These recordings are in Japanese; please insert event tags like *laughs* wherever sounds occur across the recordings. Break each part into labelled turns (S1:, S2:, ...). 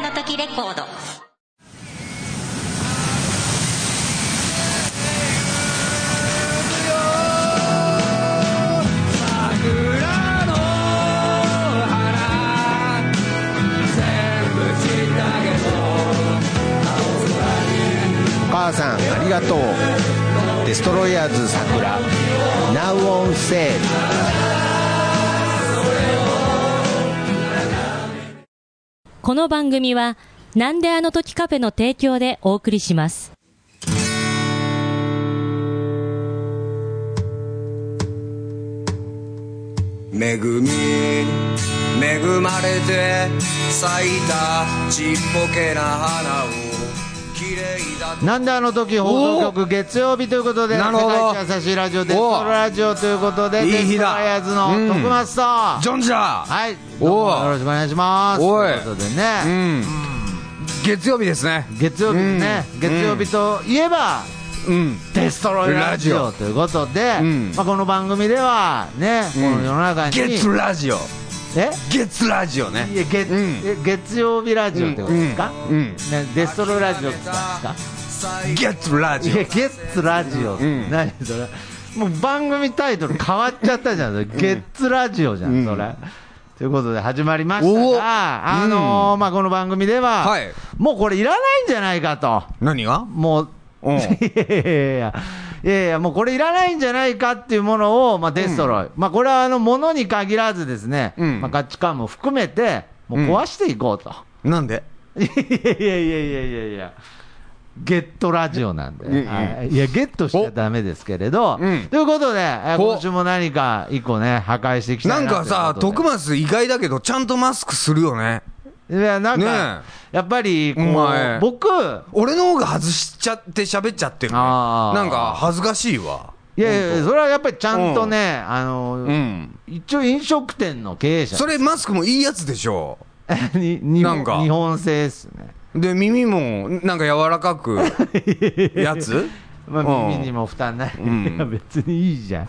S1: コード
S2: 母さんありがとうデストロイヤーズ桜 Now on sale
S3: この番組は、なんであの時カフェの提供でお送りします。
S4: 恵み恵まれて咲いたちっぽけな花を綺麗だと
S2: なんであの時放送局月曜日ということで
S5: な
S2: 世界
S5: るほど
S2: 一優しいラジオデストロラジオということで
S5: いい
S2: デス
S5: 日
S2: トロ
S5: だ
S2: イヤーズの徳松と、
S5: ジョンジャー
S2: はいどうもよろしくお願いしますと
S5: おい
S2: いうことで
S5: う
S2: ね
S5: ん月曜日ですね
S2: 月曜日ね、
S5: うん
S2: 月曜日といえ
S5: う
S2: ば、
S5: ん
S2: デストロイラジオ
S5: ラジオ
S2: ということで、
S5: うん
S2: まあ、この番組ではね、この世の中に
S5: 月ラジオ
S2: え
S5: 月ラジオね
S2: いや月,
S5: う
S2: え、
S5: ん
S2: 月曜日ラジオってことですか、
S5: うんうん
S2: ね、デストロイラジオって言ったんです
S5: 月ラジ
S2: かいや
S5: オ
S2: ゲッツラジオって、
S5: うん
S2: 何それもう番組タイトル変わっちゃったじゃんそれゲッツラジオじゃん、
S5: うん
S2: それということで始まりました
S5: お
S2: が、あのーまあ、この番組では、
S5: はい
S2: もうこれいらないんじゃないかと
S5: 何が
S2: もう
S5: うん
S2: *laughs* いやいやいやいやいや、もうこれいらないんじゃないかっていうものを、まあ、デストロイ、まあ、これはあのものに限らずですね、
S5: うん
S2: まあ、価値観も含めて、もう壊していこうと。
S5: なんで
S2: いやいやいやいやいやいや。ゲットラジオなんで、
S5: うんうん
S2: はいいや、ゲットしちゃだめですけれど、
S5: うん
S2: ということで、えー
S5: ほ
S2: 今週も何か一個ね、破壊していきた
S5: ないん
S2: なとい
S5: か
S2: うことで。
S5: さ徳松意外だけどちゃんとマスクするよね
S2: いや、なんか、
S5: ね
S2: やっぱりこ
S5: お前
S2: う、僕、
S5: 俺の方が外しちゃって喋っちゃってるね
S2: あー
S5: なんか恥ずかしいわ
S2: いやいや、それはやっぱりちゃんとね、あの、
S5: うん
S2: 一応飲食店の経営者
S5: それマスクもいいやつでしょ
S2: *laughs* に日
S5: なん
S2: 本
S5: か
S2: 日本製ですね、
S5: で耳もなんか柔らか
S2: *laughs*
S5: くやつ
S2: まあ、
S5: うん
S2: 耳にも負担ない、
S5: ん
S2: いや *laughs* 別にいいじゃん、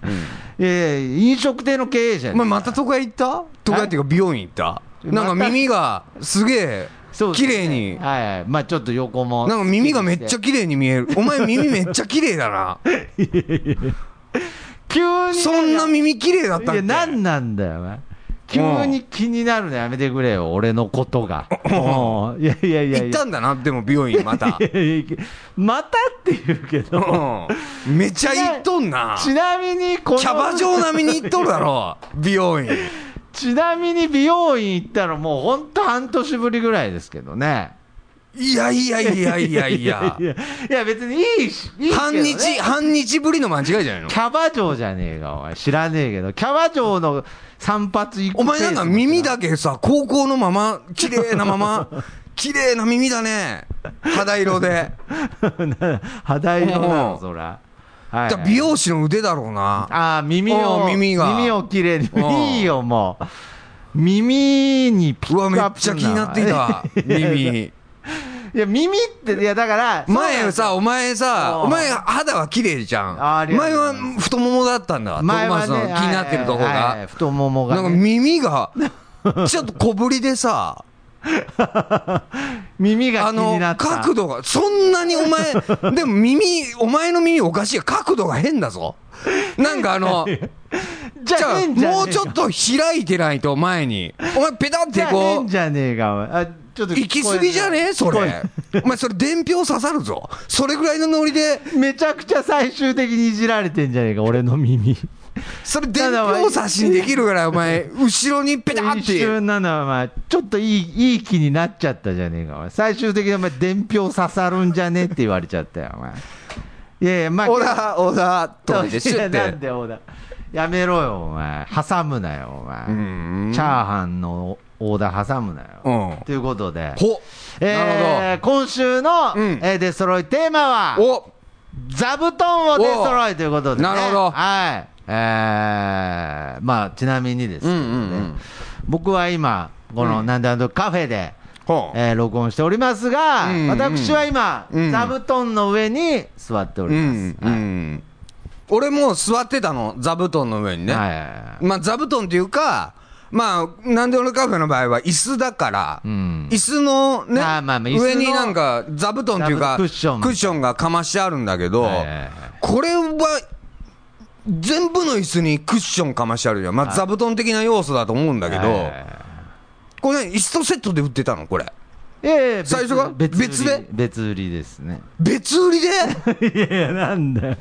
S2: いやいや飲食店の経営者
S5: お前また都会行った都会っていうか美容院行ったなんか耳がすげえ
S2: そうです
S5: 綺
S2: ね
S5: 麗に
S2: はいはいまあちょっと横も
S5: なんか耳がめっちゃ綺麗に見えるお前耳めっちゃ綺麗だ
S2: *laughs*
S5: な
S2: 急に
S5: そんな耳綺麗だったっ
S2: い
S5: け
S2: や何なんだよお前急に気になるのやめてくれよ、俺のこ
S5: *laughs*
S2: とが。うんいやいやいや
S5: 行
S2: い
S5: っ
S2: や
S5: た、んだなでも美容院また
S2: *laughs* いやいやいやまたって言うけど、
S5: うんめちゃ行っとんな
S2: ちなみにこの、
S5: キャバ嬢並みに行っとるだろ美容院
S2: ちなみに美容院行ったの、もう本当、半年ぶりぐらいですけどね。
S5: いやいやいやいやいや
S2: いや、いや別にいいし、いいけど、ね、
S5: 半日半日ぶりの間違いじゃないの
S2: キャバ嬢じゃねえか、お前。知らねえけど、キャバ嬢の散髪行く
S5: お前なんか耳
S2: ペー
S5: だけさ、高校のまま、綺麗なまま、綺麗な耳だね。肌色で。
S2: スだな。 *laughs* 肌色な
S5: う
S2: の
S5: ん、
S2: そら。は
S5: だ
S2: い
S5: から美容師の腕だろうな。
S2: ああ、耳を、
S5: うん耳が
S2: 耳をきれいに
S5: う。ん
S2: いいよ、もう。耳にピ
S5: うわ、
S2: ッ
S5: め
S2: クア
S5: っ
S2: ップ
S5: ち
S2: す
S5: ゃ
S2: ん
S5: 気になってい。た。耳。
S2: *laughs* いや、耳って、いや、だから、
S5: 前さ、お前さ、
S2: うん
S5: お前肌は綺麗じゃん。
S2: あありがと
S5: 前
S2: うござ
S5: はい
S2: ます
S5: 太ももだったんだ。
S2: 前は
S5: トーマス
S2: ね、
S5: の気になってるとこ
S2: はいはいはい
S5: が。
S2: 太もも
S5: な
S2: が
S5: んか
S2: ね。
S5: 耳
S2: *laughs*
S5: が、ちょっと小ぶりでさ、
S2: 耳が
S5: あ
S2: 気に
S5: の
S2: なっ、た。
S5: 角度が、そんなにお前、でも耳、お前の耳おかしいよ。角度が変だぞ。なんかあ
S2: *laughs*
S5: の、
S2: じゃあ、変じ
S5: じ
S2: ゃ
S5: ゃあ
S2: ねえ
S5: も
S2: か
S5: うちょっと開いてないと前にお前ペタっ
S2: じ
S5: て
S2: ゃあ
S5: こ
S2: 変
S5: う
S2: じゃねえか、お前。あ、ちょっと聞こえない
S5: 行き過ぎじゃねえそれお前それ伝票刺さるぞそれぐらいのノリで
S2: めちゃくちゃ最終的にいじられてんじゃねえか、俺の耳。
S5: それ伝票刺しにできるぐらいお前後ろにペタっ
S2: 一
S5: て
S2: 瞬なのは、まあ、ちょっといい、いい気になっちゃったじゃねえか、お前最終的にお前、伝票刺さるんじゃねえって言われちゃったよ、お前。いやいや、まあ、
S5: オラオラとか言って
S2: い
S5: シュ
S2: や
S5: っ
S2: なん
S5: て
S2: でオーダー。やめろよ、お前。挟むなよ、お前。
S5: ん
S2: チャーハンのオーダー挟むなよ。
S5: うん
S2: ということで、
S5: ほな
S2: えー、今週の、
S5: うん
S2: えーデストロイテーマは、
S5: お
S2: 座布団をデストロイということで、ね、
S5: おうなるほど
S2: はいえー、まあちなみにで
S5: う
S2: すね、
S5: んうんうん
S2: 僕は今このなんだんだカフェで、
S5: ほう
S2: えー録音しておりますが、
S5: うんうん
S2: 私は今、
S5: うん
S2: 座布団の上に座ってお
S5: う
S2: ります、
S5: んうん俺もう座ってたの座布団の上にね
S2: はい、
S5: まあ座布団っていうか、まあ、なんで俺カフェの場合は、椅子だから、
S2: うん
S5: 椅子のね、
S2: あーまあまあ椅子の
S5: 上になんか座布団っていうか、
S2: 座布クッション
S5: がかましてあるんだけど、
S2: はいはいはい
S5: これは、全部の椅子にクッションかましてあるじゃん。まあ、座布団的な要素だと思うんだけど、これ、ね、椅子とセットで売ってたのこれ。
S2: ええ
S5: 最初が
S2: 別
S5: 別
S2: 売り
S5: で
S2: 別売りですね
S5: 別売り
S2: *laughs*
S5: で
S2: いやいやなんだよ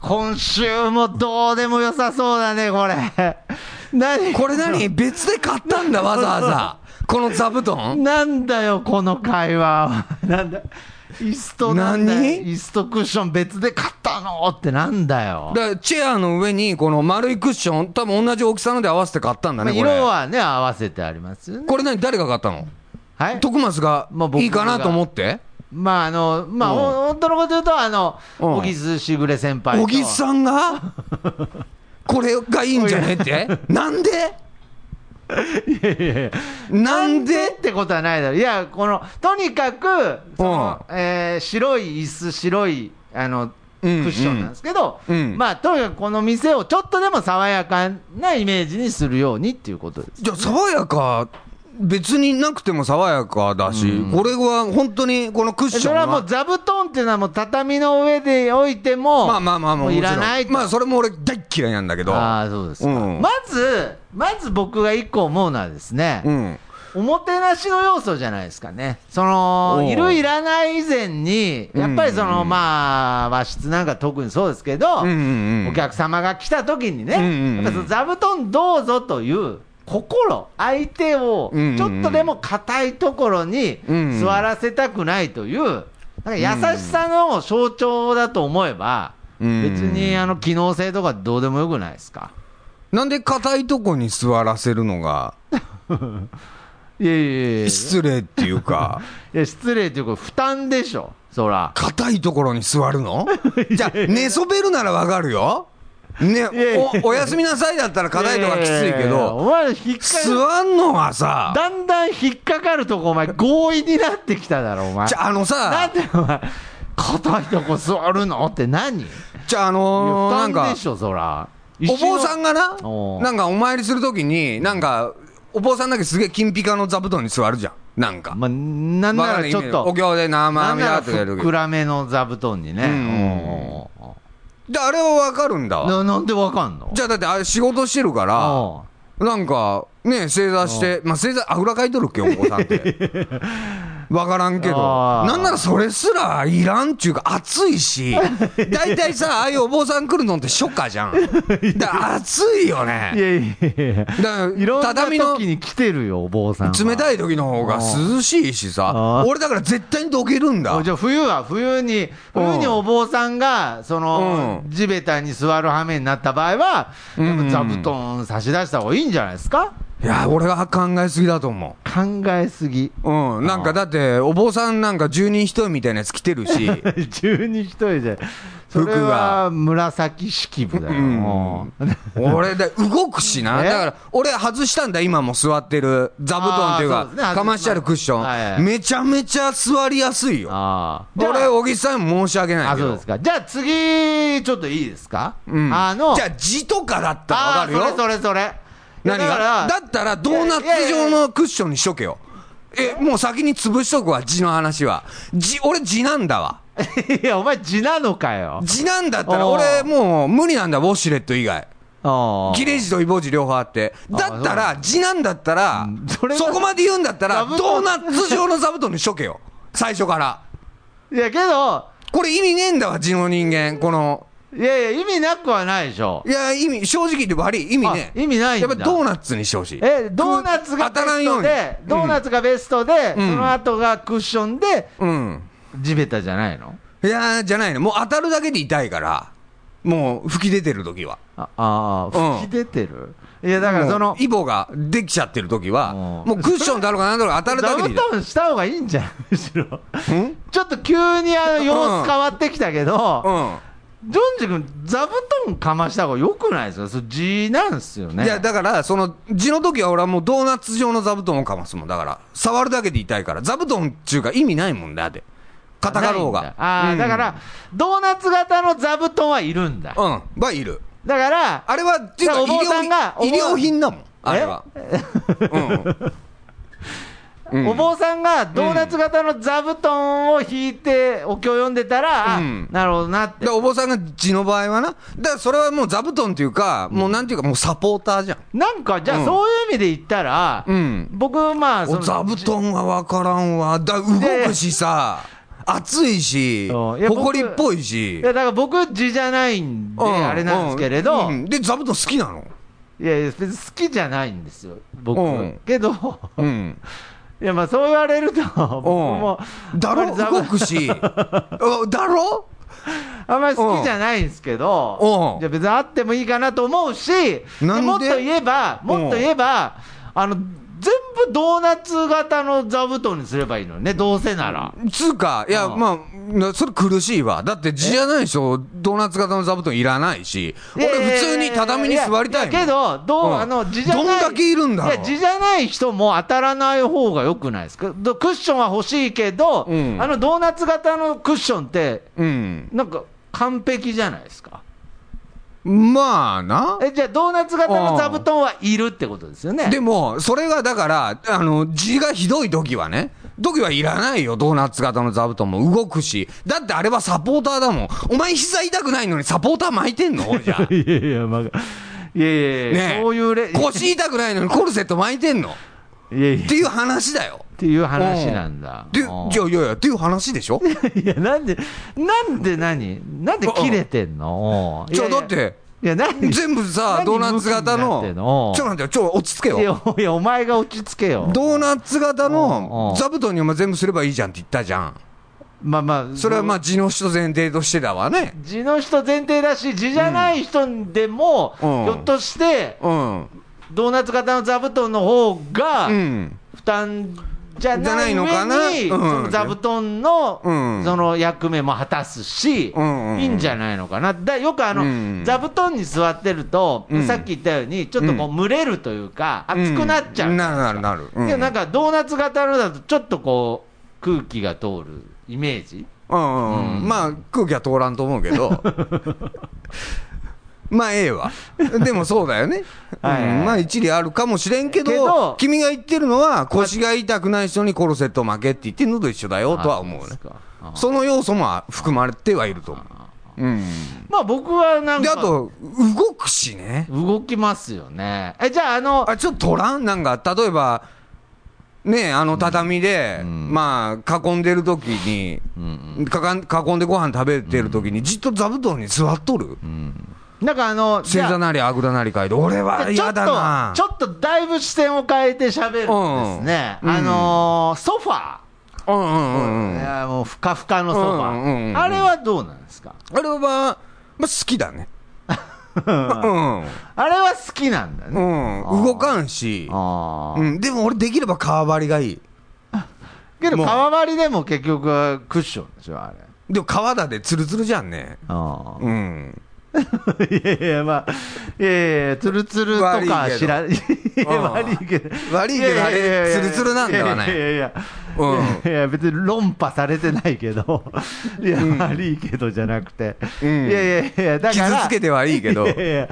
S2: 今週もどうでも良さそうだねこれ何
S5: これ何別で買ったんだ、わざわざ。この座布団
S2: なんだよこの会
S5: *laughs*
S2: 話なんだ椅子となんだよ
S5: 何
S2: 椅子とクッション別で買ったのってなんだよ
S5: だからチェアの上にこの丸いクッション、多分同じ大きさので合わせて買ったんだ
S2: まあ
S5: ね、こ
S2: 色
S5: れ。
S2: はね合わせてありますよね
S5: これ何、誰が買ったの
S2: はい
S5: 徳松が
S2: まあ僕が
S5: いいかなと思って、
S2: まああのまあ、
S5: うん
S2: ほん、本当のこと言うとあの
S5: うん
S2: 小木須しぐれ先輩と
S5: 小木
S2: *laughs*
S5: さんがこれがいいんじゃねって、なんで
S2: いやいやいや
S5: なん
S2: なん
S5: で
S2: でってことはないだろういやこのとにかくその、えー白い椅子白いあのク
S5: うん
S2: ッションなんですけど、
S5: うん
S2: まあとにかくこの店をちょっとでも爽やかなイメージにするようにっていうことです
S5: じゃあ、爽やか、別になくても爽やかだし、これは本当にこのクッション
S2: それはもう座布団っていうのはもう畳の上で置いても
S5: まあまあまあまあ、
S2: も
S5: も
S2: う
S5: ち
S2: い
S5: ろん
S2: らないと、
S5: まあ、それも俺、大っ嫌いなんだけど、
S2: ああそうですか、
S5: うん
S2: まずまず僕が一個思うのはですね、
S5: うん、
S2: おもてなしの要素じゃないですかね、その
S5: おう
S2: いる、いらない以前に、やっぱりそ
S5: うんうん
S2: の、
S5: うん
S2: まあ、和室なんか特にそうですけ
S5: う
S2: ど、
S5: んうんうん
S2: お客様が来た時にね、
S5: うんうんうん
S2: やっぱその座布団どうぞという心、相手を
S5: うんうんうん
S2: ちょっとでも硬いところに
S5: うん
S2: 座らせたくないという、なんか優しさの象徴だと思えば、
S5: うん
S2: 別にあの機能性とかどうでもよくないですか。
S5: なんで硬いとこに座らせるのが
S2: いやいやいやいや
S5: 失礼っていうか。
S2: いや失礼というか、負担でしょ、そら。
S5: 硬いところに座る
S2: *laughs*
S5: のじゃあ、寝そべるならわかるよ。ね
S2: いやいや、
S5: お、おやすみなさいだったら硬いとかきついけ
S2: やややお
S5: ど、
S2: 前ら引っかか
S5: 座んのはさ、
S2: だんだん引っかかるとこ、お前、強引になってきただろ、お前
S5: じ。ゃあ、あの
S2: な
S5: さ
S2: ん、でお前、硬いとこ座るのって何いや
S5: じゃあ、あ
S2: 負
S5: のー、なん
S2: 担
S5: か
S2: で、しょ、そら。
S5: お坊さんがな
S2: お、う
S5: なんかお参りするときに、なんか、お坊さんだけすげえ金ピカの座布団に座るじゃん。なんか。
S2: まあ、なん
S5: わ
S2: な
S5: かんな
S2: ら
S5: い
S2: ちょっと
S5: お、経で生
S2: なん
S5: 網
S2: な
S5: だ
S2: ら
S5: って
S2: ふ
S5: やる
S2: っく
S5: けど。
S2: らめの座布団にね。
S5: うん
S2: おうおう
S5: で、あれはわかるんだ
S2: おう。ななんでわかんの
S5: じゃあ、だってあれ仕事してるから、
S2: おう
S5: なんか、ね、正座して、まあ、正座、あぐらかいとるっけ、お子さん
S2: *laughs*
S5: って。わからんけど、
S2: あー
S5: なんならそれすらいらんっちゅうか、暑いし、大体さ、ああいうお坊さん来るのって初夏じ
S2: *laughs*
S5: ゃん。だから暑いよ
S2: い
S5: ね。
S2: やいやいや。
S5: だ
S2: いろん
S5: か
S2: な
S5: ら、畳の
S2: 時に来てるよ、お坊さんは。
S5: 冷たい時の方が涼しいし
S2: あ
S5: さ
S2: ー、
S5: 俺だから絶対にどけるんだ
S2: あ。じゃあ冬は冬に、
S5: うん
S2: 冬にお坊さんが、その、
S5: うん
S2: 地べたに座る羽目になった場合は、
S5: うん
S2: やっぱ座布団差し出した方がいいんじゃないですか
S5: いや、俺は考えすぎだと思う。
S2: 考えすぎ。
S5: うん、なんかだって、お坊さんなんか十人一人みたいなやつ来てるし、
S2: *laughs* 十二一人で。そ
S5: 服が
S2: れは紫式部だよ。
S5: うん
S2: もう
S5: 俺で動くしな、
S2: ね
S5: だから俺、外したんだ、今も座ってる座布団っていう
S2: あー
S5: か
S2: そう、ですね
S5: かましてあるクッション、
S2: はいはい
S5: めちゃめちゃ座りやすいよ、
S2: ああ。じゃあ
S5: 俺、小木さん、申し訳ない
S2: あ、
S5: け
S2: そう
S5: ど
S2: です、か。じゃあ次、ちょっといいですか
S5: うん
S2: あの、
S5: じゃあ、字とかだったら
S2: あ
S5: わかるよ
S2: ー、それそれそれ。
S5: 何
S2: だから
S5: が、だったらドーナツ状のクッションにしとけよ、えもう先に潰しとくわ、字の話は、字俺、字なんだわ、
S2: *laughs* いや、お前字なのかよ。
S5: 字なんだったら、
S2: お
S5: 俺、
S2: ー
S5: もう無理なんだ、ウォシュレット以外。
S2: ああ
S5: 切れ字とイボ字両方あって、だった
S2: あ
S5: ら、字なんだったら
S2: うん、そ
S5: そ
S2: れは
S5: こまで言うんだったら、
S2: 座布団
S5: ドーナツ状の座布団にしとけよ、最初から。
S2: いや、けど、
S5: これ意味ねえんだわ、字の人間、この、
S2: いやいや、意味なくはないでしょ。
S5: いや、意味、正直言って悪い、意味ね
S2: あ意味ないんだ
S5: やっぱドーナツにしてほしい。
S2: え、ドーナツが
S5: 当た
S2: ベ
S5: らん
S2: ス
S5: よう
S2: ト
S5: に
S2: で、ドーナツがベストで、
S5: うん
S2: その後がクッションで、
S5: うん。
S2: 地べたじゃないの
S5: いやー、じゃないの、もう当たるだけで痛いから、もう吹き出てる時は。
S2: ああ
S5: うん
S2: ー、吹き出てる、いや、だからそ
S5: も
S2: の
S5: う、イボができちゃってる時は、
S2: うん
S5: もうクッションだろうがなんだろうが当たる
S2: 座
S5: だけで
S2: 布
S5: 痛い。
S2: 団した方がいいんじゃん、むしろ。
S5: うん
S2: ちょっと急にあの様子変わってきたけ
S5: う
S2: ど、
S5: ん。
S2: ジョンジ君、座布団かました方がよくないですか、それ地なんすよね。
S5: いや、だから、その、地の時は俺はもうドーナツ状の座布団をかますもん。だから、触るだけで痛いから。座布団っていうか意味ないもんだって。硬かろう
S2: ないん
S5: が
S2: だ。ああ、
S5: うん
S2: だから、ドーナツ型の座布団はいるんだ。
S5: うん。はいる。
S2: だから、
S5: あれは、っていうか、
S2: だからお坊さんが
S5: 医療品医
S2: お坊
S5: 療品だもん。あれは。うんうん
S2: お坊さんがドーナツ型の座布団を引いてお経を読んでたら、あ
S5: うん
S2: なるほどなって
S5: で、お坊さんが地の場合はな。だからそれはもう座布団っていうか、もうなんていうか、もうサポーターじゃん。
S2: なんかじゃ
S5: う
S2: あ
S5: ん
S2: そういう意味で言ったら、
S5: うん
S2: 僕まあそ
S5: お
S2: の
S5: 座布団は分からんわ。だ、動くしさ、熱いし、
S2: う
S5: ほ
S2: んいや僕
S5: こりっぽい
S2: い
S5: し。
S2: やだから僕字じゃないんで
S5: うん
S2: あれなんですけれど、
S5: うんで、座布団好きなの
S2: いやいや別に好きじゃないんですよ僕、
S5: うん
S2: けど *laughs*
S5: うん。
S2: いやまあそう言われると僕も
S5: だ
S2: あんま
S5: ろ
S2: り座布
S5: 動く
S2: *laughs*
S5: し。あだろ
S2: あんまり好きじゃないんですけ
S5: うんう
S2: ど
S5: ん、
S2: じゃあ別にあってもいいかなと思うし、で
S5: なんで
S2: もっと言えば、もっと言えば、あの、全部ドーナツ型の座布団にすればいいのね、どうせなら。
S5: つうか、いや、
S2: うん
S5: まあな、それ苦しいわ。だって字じゃないでしょ。ドーナツ型の座布団いらないし。俺普通に畳に座りたいもん。
S2: ややけど、ど
S5: う
S2: う、
S5: ん
S2: あの、字じゃない。
S5: どんだけいるんだろう
S2: いや、字じゃない人も当たらない方が良くないですかどクッションは欲しいけど、
S5: うん
S2: あの、ドーナツ型のクッションって、
S5: うん。
S2: なんか、完璧じゃないですか。
S5: まあな。
S2: え、じゃあ、ドーナツ型の座布団はいるってことですよね。
S5: でも、それがだから、あの、字がひどい時はね、時はいらないよ、ドーナツ型の座布団も動くし。だってあれはサポーターだもん。お前膝痛くないのにサポーター巻いてんのじゃ
S2: *laughs*
S5: あ
S2: いやいや、まあ、い
S5: ね
S2: やいやいや、
S5: え
S2: そういうレ、い
S5: 腰痛くないのにコルセット巻いてんのっ
S2: やいや、って
S5: いう話だよ。
S2: ていう話なんだ。
S5: で、
S2: うん
S5: じゃあいやいや、っていう話でしょ
S2: *laughs* いや、なんで、なんで何なんで切れてんの
S5: じゃあ
S2: いやいや
S5: だって、
S2: いや、何
S5: 全部さ、
S2: 何
S5: ドーナツ型
S2: 向きになってん
S5: の
S2: の、
S5: ちょ、なんてよ、ちょ、落ち着け
S2: い
S5: よ。
S2: や、 *laughs* いやお前が落ち着けよ。
S5: ドーナツ型
S2: うんう
S5: の
S2: ん
S5: 座布団にお前全部すればいいじゃんって言ったじゃん。
S2: まあまあ、
S5: それはま
S2: あ、
S5: あ、地の人前提としてだわね。
S2: 字の人前提だし、字じゃない人でも、
S5: うん
S2: ひょっとして、
S5: うん。
S2: ドーナツ型の座布団の方が、
S5: うん。
S2: 負担じゃない
S5: じゃ
S2: 上
S5: ないのかな
S2: に、
S5: うん
S2: その座布団の、
S5: うん
S2: その役目も果たすし、
S5: うんうん
S2: いいんじゃないのかな、だよくあの、
S5: うん
S2: 座布団に座ってると、
S5: うん
S2: さっき言ったように、ちょっとこう、蒸れるというか、
S5: うん
S2: 熱くなっちゃう、
S5: なるなるなる。う
S2: けどなん
S5: か、
S2: かドーナツ型のだと、ちょっとこう、空気が通るイメージ。
S5: うんうんうん。まあ、空気は通らんと思うけ
S2: *laughs*
S5: ど。まあ、ええわ。でもそうだよね。うん
S2: *laughs* はいはい
S5: まあ、一理あるかもしれんけ
S2: け
S5: ど
S2: ど、
S5: 君が言ってるのは、腰が痛くない人にコルセット負けって言ってるのと一緒だよとは思う
S2: あ
S5: ね
S2: そです。かあ
S5: その要素も含まれてはいると思う。うん。
S2: まあ僕はなん
S5: で、あ
S2: か、
S5: と、動くしね。
S2: 動きますよね。え、じゃああの、
S5: あ、ちょっと取らんなんか、例えば、ねあの畳で、まあ、囲んでる時に、かかん囲んでご飯食べてる時に、じっと座布団に座っとる
S2: なんかあの、
S5: 正
S2: じゃあ
S5: 座なりあぐらなり書いて、俺は
S2: でちょ
S5: 嫌
S2: っ
S5: だな
S2: と、ちょっとだいぶ視点を変えて喋るんですね。
S5: うん
S2: あのーソファ
S5: うんうんうんう
S2: ー。い
S5: ん。
S2: やもうふかふかのソフ
S5: うんうんうんう
S2: ァ
S5: ん
S2: ー。あれはどうなんですか
S5: あれは、まあ、好きだ
S2: *laughs*
S5: ね。う
S2: あれは好きなんだね。
S5: ん。うん。動かんし、
S2: ああ
S5: う。ん。でも俺できれば革張りがいい。
S2: けど、
S5: もう
S2: 川張りでも結局はクッションでしょ、あれ。
S5: でも革だでツルツルじゃんね。
S2: あ
S5: うん。
S2: あ。 *laughs* いやいや、まあ、いやいや、ツルツルと
S5: 悪いけ
S2: か
S5: ど
S2: 知ら、いや
S5: うん
S2: 悪いけど。
S5: 悪いけどあれ
S2: いやいやいや
S5: ツルツルなんだわね
S2: いやいやいや。
S5: う
S2: いや別に論破されてないけど、いや、悪いけどじゃなくて、
S5: うん
S2: いやいやいや、だから、
S5: 傷つけてはいいけ
S2: *laughs*
S5: ど
S2: いやいや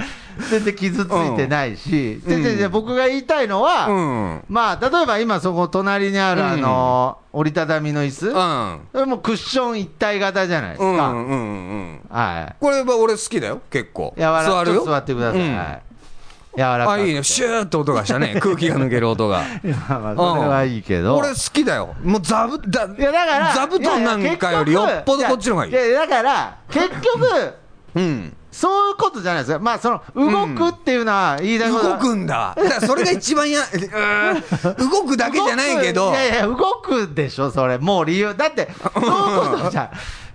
S2: 全然傷ついてないし、
S5: ん
S2: 全然僕が言いたいのは、
S5: ん。うん。
S2: まあ、例えば今、そこ、隣にある、
S5: うん
S2: あの折りたたみの椅子、
S5: うん。
S2: それもクッション一体型じゃないです
S5: う
S2: か、
S5: んうんうんうん。
S2: は
S5: これは俺好きだよ、結構。
S2: い、柔ら
S5: 座
S2: か
S5: る
S2: く
S5: よ。
S2: 座ってください、
S5: うん
S2: はい、柔らか
S5: あ、
S2: くて
S5: いいね。シューって音がした
S2: *laughs*
S5: ね。空気が抜ける音が。
S2: いやまあそれはいいけど、
S5: 俺好きだよ。もう座布、だ、
S2: いやだから
S5: 座布団なんかよりよっぽどこっちの方がいい。
S2: ややだから結局 *laughs*
S5: うん。
S2: そういうことじゃないですかまあその動くっていうのは言いたいこと
S5: 動くんだ。だからそれが一番や、 *laughs* うーん動くだけじゃないけ
S2: 動
S5: ど
S2: くい、やいや動くでしょそれもう理由だってそういうこと
S5: *laughs*
S2: じゃん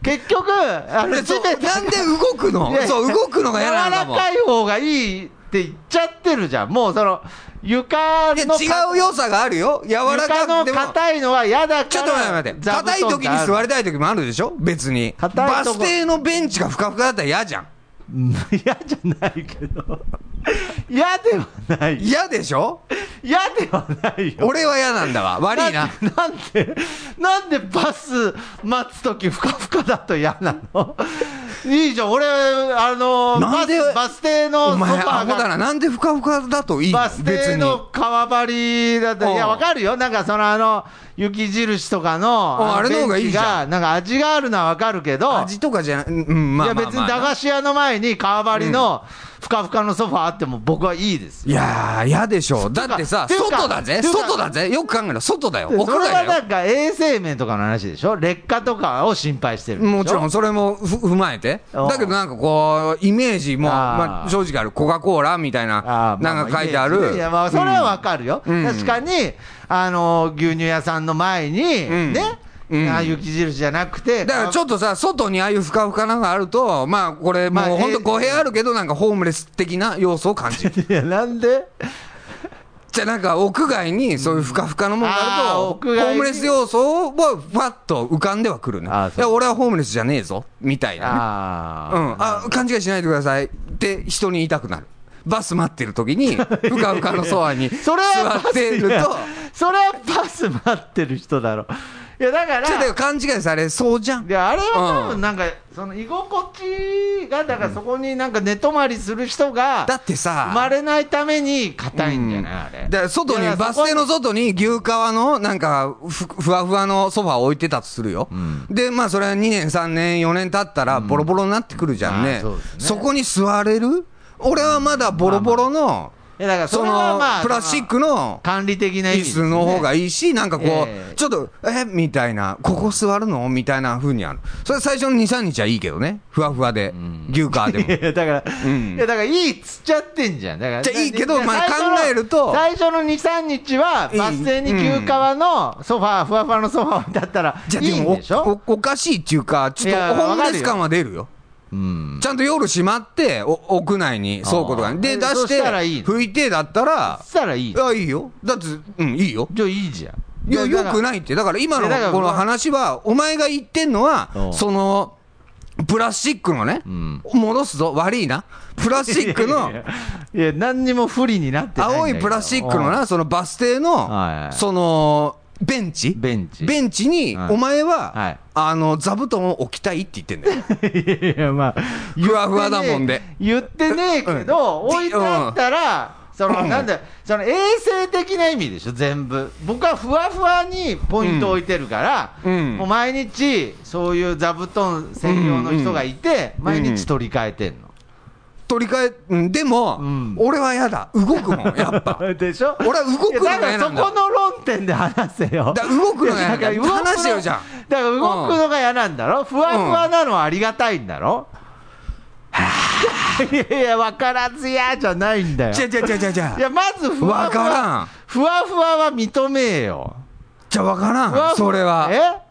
S2: 結局あれ
S5: そうなんで動くの
S2: いやいや
S5: そう、動くのが嫌なん
S2: 柔
S5: だ
S2: ら
S5: もん。
S2: かい方がいいって言っちゃってるじゃんもうその床
S5: いや
S2: の
S5: 違う良さがあるよ。柔ら
S2: 床
S5: か
S2: の
S5: くても。
S2: 硬いのは嫌だから
S5: ちょっと待って待って。
S2: 座布団
S5: 硬い時に
S2: って
S5: 座
S2: あ
S5: り
S2: る
S5: たい時もあるでしょ別に。バ
S2: 硬いと
S5: ス
S2: こ
S5: 停のベンチがふかふかだったら嫌じゃん。
S2: うん嫌じゃないけど嫌ではない
S5: 嫌でしょ
S2: 嫌ではないよ
S5: 俺は嫌なんだわ。悪いな。
S2: んでなんでなんでバス待つ時ふかふかだと嫌なのいいじゃん、俺、あの、
S5: な
S2: バ
S5: んで
S2: ス、バス停の
S5: お
S2: ソフ
S5: 前、
S2: ァ
S5: ア
S2: ー
S5: ホだ
S2: が、
S5: な。なんでふかふかだといい
S2: バス
S5: 別
S2: 停
S5: に。
S2: の川張りだった
S5: う
S2: ら、
S5: ん
S2: いや、わかるよ。なんか、その、あの、雪印とかの、
S5: うんあれの方がいいじゃん
S2: ベンチなんか味があるのはわかるけど、
S5: 味とかじゃな、うんうん、まあ
S2: いや、
S5: まあ
S2: 別
S5: ま
S2: に
S5: あ
S2: 駄菓子屋の前に川張りの、ふかふかのソファーあっても、僕はいいですよ
S5: いやー、嫌でしょ。だってさ、
S2: ていうか
S5: 外だぜ。
S2: ていうか
S5: 外だぜ。よく考えろ。外だよ。
S2: そ
S5: 屋
S2: れは
S5: 外だ
S2: な
S5: よ。
S2: んか衛生面とかの話でしょ劣化とかを心配してるでしょ
S5: もちろん、それもふ踏まえて。
S2: うん
S5: だけどなんかこう、イメージも、
S2: あー
S5: まあ、正直ある。コカ・コーラみたいな
S2: あ、ーまあ
S5: なんか書いてあ
S2: イメージ
S5: る。
S2: ねいや、まあ、それはわかるよ。
S5: うん
S2: 確かに、あの、牛乳屋さんの前に、
S5: ん
S2: ね、
S5: うん
S2: ああいう木印じゃなくて、
S5: だからちょっとさ、外にああいうふかふかなんかあると、まあこれ、も
S2: ま
S5: う
S2: あ
S5: 本当、
S2: え
S5: 語弊あるけど、なんかホームレス的な要素を感
S2: *laughs*
S5: じる。
S2: いや、なんで
S5: じゃあなんか屋外にそういうふかふかのものがある
S2: あー
S5: と、ホ
S2: 屋外に
S5: ームレス要素をふわっと浮かんではくるね。
S2: あーそう
S5: いや、俺はホームレスじゃねえぞ、みたいなね。
S2: あ
S5: う
S2: あ、
S5: ん、あ勘違いしないでくださいって人に言いたくなる。バス待ってる時
S2: *laughs*
S5: に、ふかふかのソファに座
S2: それは
S5: っ
S2: パス
S5: てる
S2: いや
S5: と、
S2: それはパス待ってる人だろ。いや、だから
S5: ちょっ、と勘違いされそうじゃん。
S2: であれは多
S5: う
S2: 分
S5: ん
S2: なんか、その居心地が、だからそこになんか寝泊まりする人が、
S5: だってさ
S2: 生まれないために硬いんじゃない、あれ。
S5: だから外
S2: い
S5: に、
S2: や
S5: バス停の外に牛革のなんかふ、ふわふわのソファーを置いてたとするよ。で、まあそれは2年、3年、4年経ったらボロボロになってくるじゃん
S2: ま
S5: ね。
S2: あそ
S5: そう
S2: ですね
S5: こに座れる俺はまだボロボロの、
S2: いやだからそ
S5: そ
S2: れは
S5: の
S2: まあ、
S5: プラスチックの
S2: 管理的な意味
S5: 椅
S2: ですね、
S5: 子の方がいいし、なんかこう、
S2: ええ
S5: ちょっと、えみたいな、ここ座るのみたいな風にある。それ最初の2、3日はいいけどね。ふわふわで、牛革でも。
S2: *laughs* いやだから、
S5: ん
S2: いやだからいいっつっちゃってんじゃん。だから
S5: じゃあいいけど
S2: だから
S5: まあ
S2: 最初の
S5: 考えると
S2: 最初の2、3日は、バス停に牛革のソファー、ふわふわのソファーだったら、
S5: じゃあ
S2: い
S5: で
S2: いん
S5: も
S2: でしょ
S5: おおおかしいっていうか、ちょっ
S2: い
S5: と
S2: や
S5: ホーム
S2: わか
S5: レ
S2: る
S5: ス
S2: よ
S5: 感は出るよ。
S2: うん。
S5: ちゃんと夜閉まって、お屋内に、倉庫とかに。
S2: あ
S5: で、
S2: ー
S5: 出
S2: そ
S5: し、
S2: してたらいい
S5: 拭いてだったら
S2: そ、したらいい。
S5: あ、いいよ。だって、うん、いいよ。
S2: じゃあいいじゃん。
S5: いや、よく
S2: い
S5: ないって。だから今の
S2: いやだから
S5: この話は、お前が言ってんの
S2: う
S5: は、
S2: ん
S5: その、プラスチックのね、
S2: ん
S5: 戻すぞ、悪いな。プラスチックの
S2: *laughs* い、やいや、何にも不利になってないんだ
S5: 青
S2: けど
S5: いプラスチックの。な、そのバス停
S2: はいは
S5: の、
S2: い
S5: その、ベンチ
S2: ベンチ
S5: ベンチに、
S2: はい
S5: お前
S2: は、
S5: はいあの、座布団を置きたいって言ってんだよ。
S2: いやいや、まあ。
S5: ふわふわだもんで。
S2: 言ってねえけど、
S5: うん
S2: 置いてあったら、その、なんだ、その衛生的な意味でしょ、全部。僕はふわふわにポイントを置いてるから、
S5: うんうん
S2: もう毎日、そういう座布団専用の人がいて、
S5: ん
S2: 毎日取り替えてんの。
S5: 取り替え、うんでも、
S2: うん
S5: 俺は嫌だ。動くもん、やっ
S2: *laughs*
S5: ぱ。
S2: でしょ
S5: 俺は動くのが嫌なんだ
S2: いやだからそこの論点で話せよ。
S5: だ動くのが嫌なんだ
S2: いやから動くの
S5: 話せよじゃん
S2: だから動くのが嫌なんだろふわふわなのはありがたいんだろ、 *laughs* いやいや、わからずやじゃないんだよ。
S5: じゃじゃじゃじゃじゃ
S2: い。や、まずふわ
S5: わ
S2: ふ
S5: からん
S2: わ。ふわふわは認めよ。
S5: じゃわか
S2: ふわ
S5: らん。
S2: ふ
S5: それは。
S2: え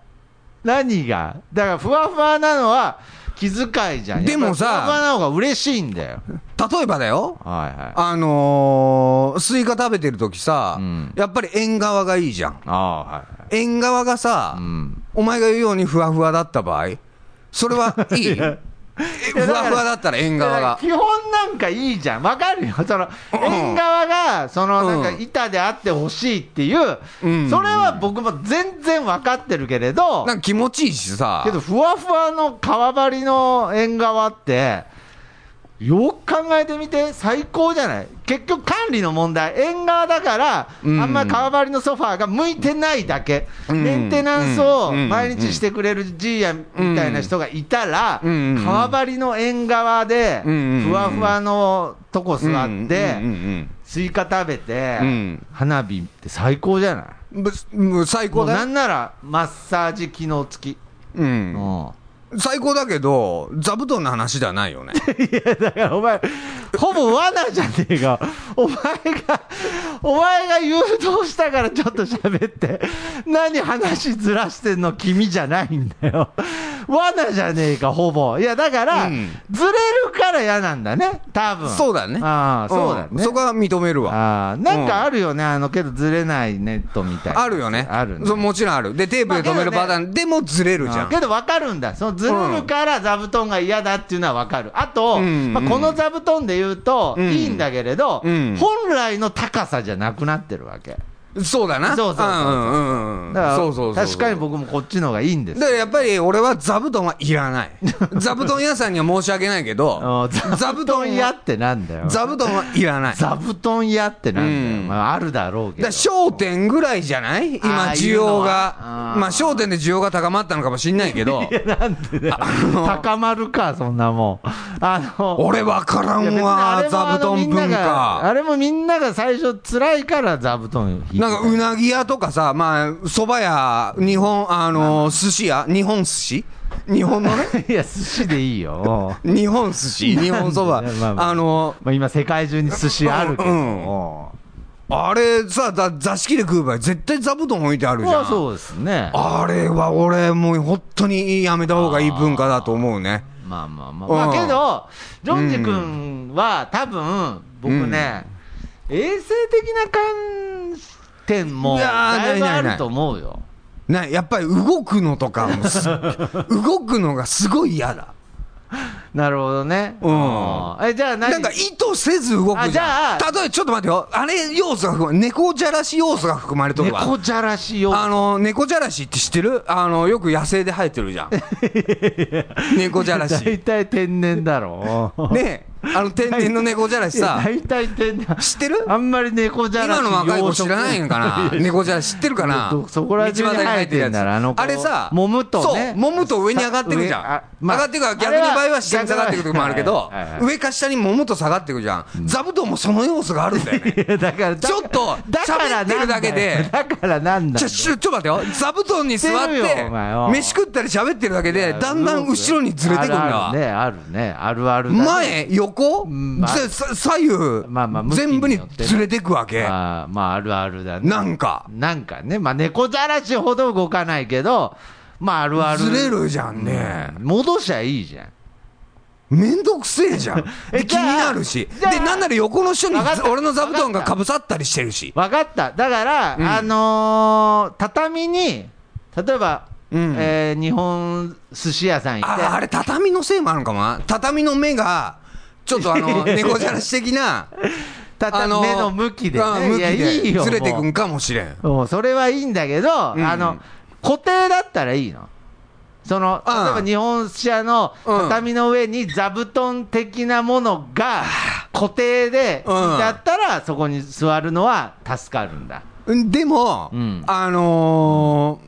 S2: 何がだから、ふわふわなのは気遣いじゃん。
S5: でもさ
S2: やっぱふわふわな方が嬉しいんだよ。
S5: 例えばだよ。
S2: はいはい。あ
S5: あのー、スイカ食べてるときさ、
S2: うん
S5: やっぱり縁側がいいじゃん。
S2: あ、はいはい。
S5: 縁側がさ、
S2: うん。
S5: お前が言うようにふわふわだった場合、それはいいえふわふわだったら縁側が。
S2: 基本なんかいいじゃん。わかるよ。その、
S5: うん
S2: 縁側が、その、なんか
S5: うん
S2: 板であってほしいっていう、
S5: うん
S2: それは僕も全然わかってるけれど、
S5: なんか気持ちいいしさ
S2: け。ど、ふわふわの川張りの縁側って、よく考えてみて、最高じゃない結局、管理の問題、縁側だから、
S5: うん
S2: あんまり川張りのソファーが向いてないだけ、
S5: うん
S2: メンテナンスを
S5: うん
S2: 毎日してくれるじいやみたいな人がいたら、
S5: うん
S2: 川張りの縁側で、
S5: うん
S2: ふわふわのとこ座
S5: うん
S2: っ
S5: うんう
S2: て、
S5: ん
S2: スイカ食べて
S5: うん、
S2: 花火って最高じゃない
S5: うんぶぶ最
S2: も
S5: 高
S2: う
S5: だ
S2: な
S5: よ
S2: んならマッサージ機能付き。
S5: うん
S2: うん
S5: 最高だけど、座布団の話ではないよね。
S2: だからお前、ほぼ罠じゃねえか。お前が、お前が誘導したからちょっと喋って。何話ずらしてんの君じゃないんだよ。罠じゃねえか、ほぼ。いや、だから、
S5: うん
S2: ずれるから嫌なんだね、多分。
S5: そうだね。
S2: *laughs* ああ、そうだね。
S5: んそこは認めるわ。
S2: ああ、なんかあるよね、あの、けどずれないネットみたいな。
S5: あるよね。
S2: あるね
S5: そうもちろんある。で、テープで止める
S2: ま
S5: パ
S2: あけ
S5: タ
S2: ど
S5: ーンでもずれるじゃ
S2: うん
S5: ん。
S2: けど分かるんだ、そのずれるから座布団が嫌だっていうのは分かる、あと、
S5: うんうん
S2: まあ、この座布団で言うと、
S5: うん
S2: いいんだけれど、
S5: うん
S2: 本来の高さじゃなくなってるわけ、
S5: そうだな。
S2: そうそうそうそうん
S5: うんうん。
S2: だから
S5: そうそうそう。
S2: 確かに僕もこっちの方がいいんです
S5: だからやっぱり俺は座布団はいらない。
S2: *laughs*
S5: 座布団屋さんには申し訳ないけど
S2: あ、ー座布団屋
S5: は
S2: ってなんだよ
S5: 座布団はいらない。だか
S2: 座布団屋ってなんだよ、
S5: うん
S2: まあ、あるだろうけど
S5: ら商店ぐらいじゃない今
S2: あー
S5: 需要が
S2: いうのはあ。ー
S5: まあ商店で需要が高まったのかもしんないけど、
S2: 高まるかそんなもんあの
S5: 俺わから
S2: いや別
S5: ん
S2: にあ
S5: わ
S2: れ、も
S5: 座布
S2: あのみ
S5: 団
S2: んな
S5: 文
S2: があ
S5: 化。
S2: れもみんなが最初辛いから座布団引いてた
S5: なんかうなぎ屋とかさ、まあ、蕎麦屋、日本、あの、寿司屋、日本寿司日本の
S2: *laughs*
S5: ね
S2: いや寿司でい
S5: *laughs*
S2: いよ
S5: 日本寿司日本そば
S2: なんでねまあまあ
S5: あの、
S2: まあ今世界中に寿司あるけど、
S5: うんうん
S2: も
S5: あれさ、だ座敷で食う場合、絶対座布団置いてあるじゃん。
S2: そうですね
S5: あれは俺、もう本当にやめた方がいい文化だと思うね。
S2: まあまあまあ、
S5: うん
S2: まあけどジョンジ君は多分僕ね、衛生的な観点も
S5: いやー
S2: だいぶ
S5: ないな
S2: あ
S5: いない
S2: ると思うよ
S5: ね、やっぱり動くのとかも
S2: *laughs*
S5: す、動くのがすごい嫌だ。
S2: なるほどね
S5: うん
S2: えじゃあ何
S5: なんか意図せず動くじゃ
S2: あ
S5: ん。
S2: じゃあ
S5: 例えばちょっと待ってよ。あれ要素が含まれ、猫じゃらし要素が含まれとるわ。
S2: 猫じゃらしよ
S5: あの、猫じゃらしって知ってるあの、よく野生で生えてる
S2: *laughs*
S5: じゃん。猫じゃらし。
S2: 大
S5: ね
S2: 体天然
S5: *laughs*
S2: だろ
S5: あの、天然の猫じゃらしさ
S2: い。や大体天然
S5: 知ってる
S2: あんまり猫じゃらし
S5: 今の若い子知らないの
S2: の
S5: か
S2: *laughs*
S5: な猫じゃらし知ってるかな
S2: どそこら中に
S5: 道端
S2: 生えてるんだろあの子
S5: あれさ
S2: 揉むとね
S5: そう揉むと上に上がってくじゃん
S2: 上あまあ
S5: 上がってくから逆に場合は下に下がってくる時もあるけど
S2: はいはいはい
S5: 上か下に揉むと下がってくじゃん座布団もその要素があるんだ
S2: *laughs*
S5: よね
S2: いやだから
S5: ちょっと喋ってるだけで
S2: だからなんだ
S5: ち
S2: よ
S5: ょちょちょっと待ってよ座布団に座っ
S2: 知ってるよ
S5: て
S2: お前よ
S5: 飯食ったり喋ってるだけでだんだん後ろにずれてくんだ
S2: あ
S5: わ
S2: るあるねあるねあるあるだね
S5: 前横
S2: んまあ
S5: ぜさ左右
S2: まあまあ向き
S5: 全部
S2: に
S5: に
S2: よってね
S5: ずれてくわけ
S2: まあまああるあるだね
S5: なんか
S2: なんかねまあ猫じゃらしほど動かないけどまああるある
S5: ずれるじゃんね
S2: 戻しゃいいじゃん
S5: めんどくせえじゃん
S2: *laughs* え
S5: で気
S2: じゃ
S5: に
S2: あ
S5: なるし
S2: じゃあ
S5: でなんなら横の人に
S2: わかった
S5: 俺の座布団がかぶさったりしてるし
S2: 分かった、だから、
S5: うん
S2: あのー畳に、例えば、
S5: うん
S2: えー日本寿司屋さん行って、
S5: ああれ畳のせいもあるのかもな畳の目がちょっと
S2: *laughs*
S5: あの猫じゃらし的な
S2: 畳
S5: あの
S2: 目の向きで、ね
S5: うん向き
S2: いやいい
S5: で
S2: よ
S5: ずれてく
S2: も
S5: んかもしれん
S2: うもうそれはいいんだけど、
S5: うん
S2: あの固定だったらいいの。その
S5: う
S2: 例え
S5: ん
S2: ば日本寿司屋の
S5: うん
S2: 畳の上に座布団的なものが固定で
S5: うん
S2: だったらそこに座るのは助かるんだ。
S5: うんでも、
S2: うん
S5: あのー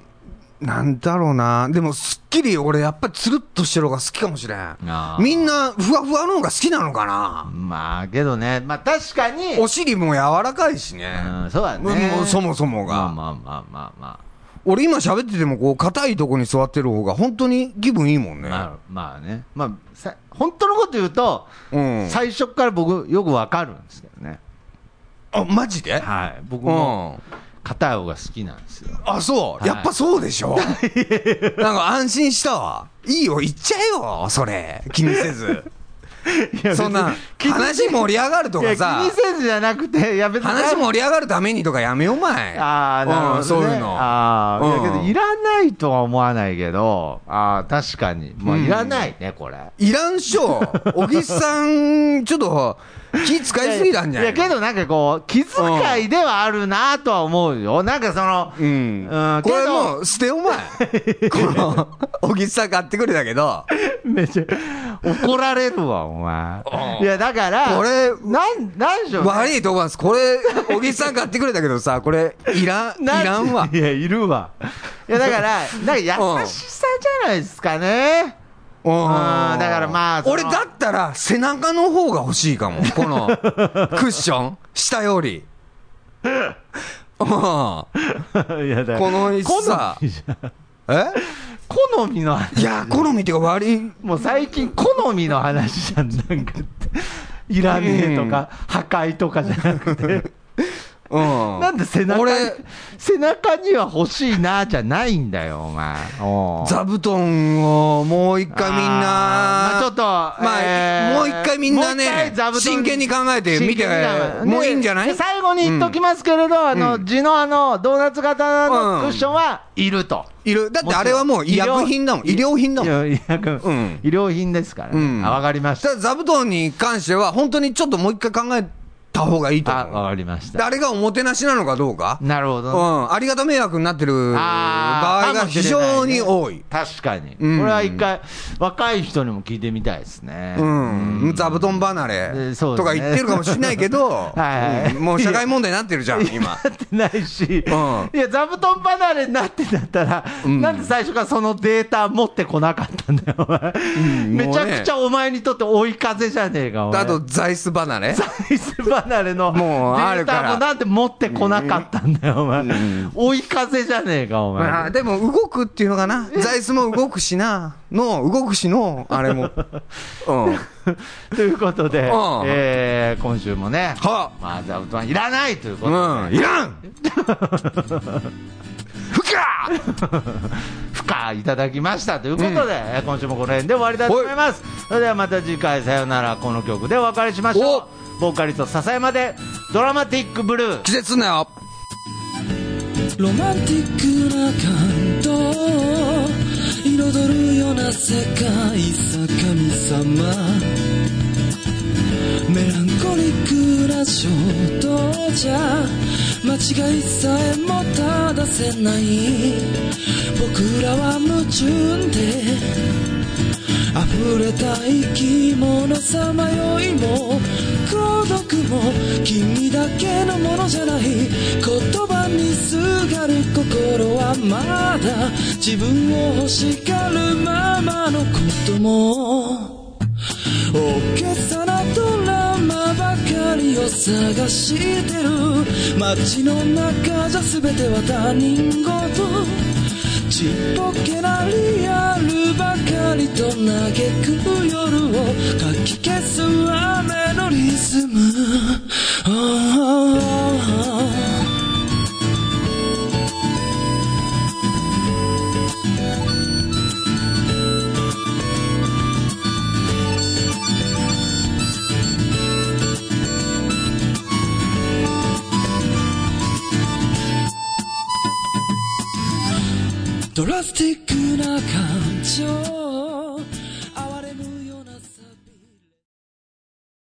S5: なんだろうなでもすっきり俺やっぱりつるっとしてる方が好きかもしれん
S2: あー
S5: みんなふわふわの方が好きなのかな
S2: まあけどね、まあ確かに、
S5: お尻も柔らかいしね
S2: うんそうだね
S5: もうそもそもが、
S2: まあまあまあまあまあ。
S5: 俺今喋っててもこう硬いとこに座ってる方が本当に気分いいもんね、
S2: まあ、まあね、まあ、さ本当のこと言うと、
S5: うん
S2: 最初から僕、よくわかるんですけどね、
S5: あマジで、
S2: はい、僕
S5: う
S2: も
S5: ん
S2: 硬い方が好きなんですよ。
S5: あそう、
S2: はい
S5: やっぱそうでし
S2: *laughs*
S5: ょなんか安心したわいいよ言っちゃえよそれ気にせ
S2: *laughs*
S5: ずそんな
S2: 気にせ
S5: 話盛り上がると
S2: いや
S5: か
S2: 気
S5: さ
S2: にせずじゃなくて、いや別に
S5: 話盛り上がるためにとかやめよお前
S2: ああ、なるほど、ね
S5: うんそういうの
S2: ああ、いや
S5: う
S2: け
S5: ん
S2: ど、いらないとは思わないけど、ああ、確かに、もういらないね、これ。
S5: いらんっし
S2: *laughs*
S5: ょ小木さんちょっと気使いすぎたんじゃない
S2: いやけどなんかこう気遣いではあるなとは思うよ、なんかその、
S5: うん、
S2: うん
S5: こ
S2: け
S5: れ
S2: ど
S5: もう捨てよお
S2: *laughs*
S5: 前この小木さん買ってくるだけど
S2: めちゃ怒られるわ、お前。いや、だから、
S5: これ
S2: なん、なんでしょう、ね、
S5: 悪いと思います。これ、小木さん買ってくれたけどさ、これ、いらん、い
S2: なん
S5: らんわ。
S2: いや、いるわ。いや、だから、なんか優しさじゃないですかね。うんだからまあその
S5: 俺だったら、背中の方が欲しいかも。こ
S2: *laughs*
S5: の、クッション下より。うんこ
S2: *laughs* いや、だから
S5: の椅子さ
S2: 好みじゃん
S5: え
S2: 好みの話 *laughs*
S5: いや、好みっていうか悪い。
S2: もう最近、好みの話じゃん、なんか。いらねえとか、破壊とかじゃな
S5: *laughs*
S2: くて、
S5: うん。
S2: なんで背中に
S5: 俺、
S2: 背中には欲しいな、じゃないんだよ、お前。おう
S5: 座布団をもう一回みんな、
S2: あーまあちょっと
S5: まあ
S2: えー
S5: もう一回みんなね
S2: もう一回座布団
S5: 真剣に考えて見て
S2: 真剣に考え
S5: もういいんじゃない
S2: で最後に言っときますけれど、あの地のあのドーナツ型のクッションはいると、
S5: いる。だってあれはもう医薬品だもん。医療品だもん。
S2: ん医薬、
S5: うん
S2: 医療品ですからね、
S5: うん
S2: あわかりました
S5: だ座布団に関しては、本当にちょっともう一回考えった方がいいと
S2: あ、
S5: 思う。
S2: わかりまし
S5: で
S2: た。
S5: あれがおもてなしなのかどうか、
S2: なるほど
S5: う
S2: ね。
S5: ん、ありがた迷惑になってる場合
S2: か
S5: が
S2: もしれ
S5: 非
S2: ないね
S5: 常に多い。
S2: 確かに、
S5: うん
S2: これは一回若い人にも聞いてみたいですね、
S5: うん、座布団離
S2: で
S5: れ
S2: そう
S5: と
S2: ですね
S5: か言ってるかもしれないけど、
S2: い *laughs* はい
S5: うんもう社会問題になってるじゃん、今。
S2: なってないし、
S5: ん
S2: いや座布団離れになってんだったら、
S5: ん
S2: なんで最初からそのデータ持ってこなかったんだよお前、
S5: ん
S2: めちゃくちゃお前にとって追い風じゃねえかお前
S5: あと、座椅子離れ。
S2: アイス離れのデ
S5: もうあ
S2: ー
S5: るから
S2: タもなんで持ってこなかったんだよお前、追い風じゃねえかお前、
S5: まあ、でも動くっていうのかな、座椅子も動くしな、の、動くしの、あれ
S2: *laughs*
S5: も。うん。
S2: ということで、
S5: ん
S2: えー今週もね、
S5: は
S2: まあ、座布団いらないということで、
S5: うん、いらん *laughs* ふか
S2: *laughs* 負荷いただきましたということで、えー今週もこの辺で終わりたいと思いますそれではまた次回さよならこの曲でお別れしましょうボーカリスト笹山でドラマティックブルー
S5: 季節すんなよ
S1: ロマンティックな感動を彩るような世界さ神様メランコリックな衝動じゃ間違いさえも正せない僕らは矛盾で溢れた生き物さまよいも孤独も君だけのものじゃない言葉にすがる心はまだ自分を欲しがるままの子供大げさなドラマばかりを探してる街の中じゃ全ては他人事ちっぽけなリアルばかりと嘆く夜をかき消す雨のリズムああドラスティックな感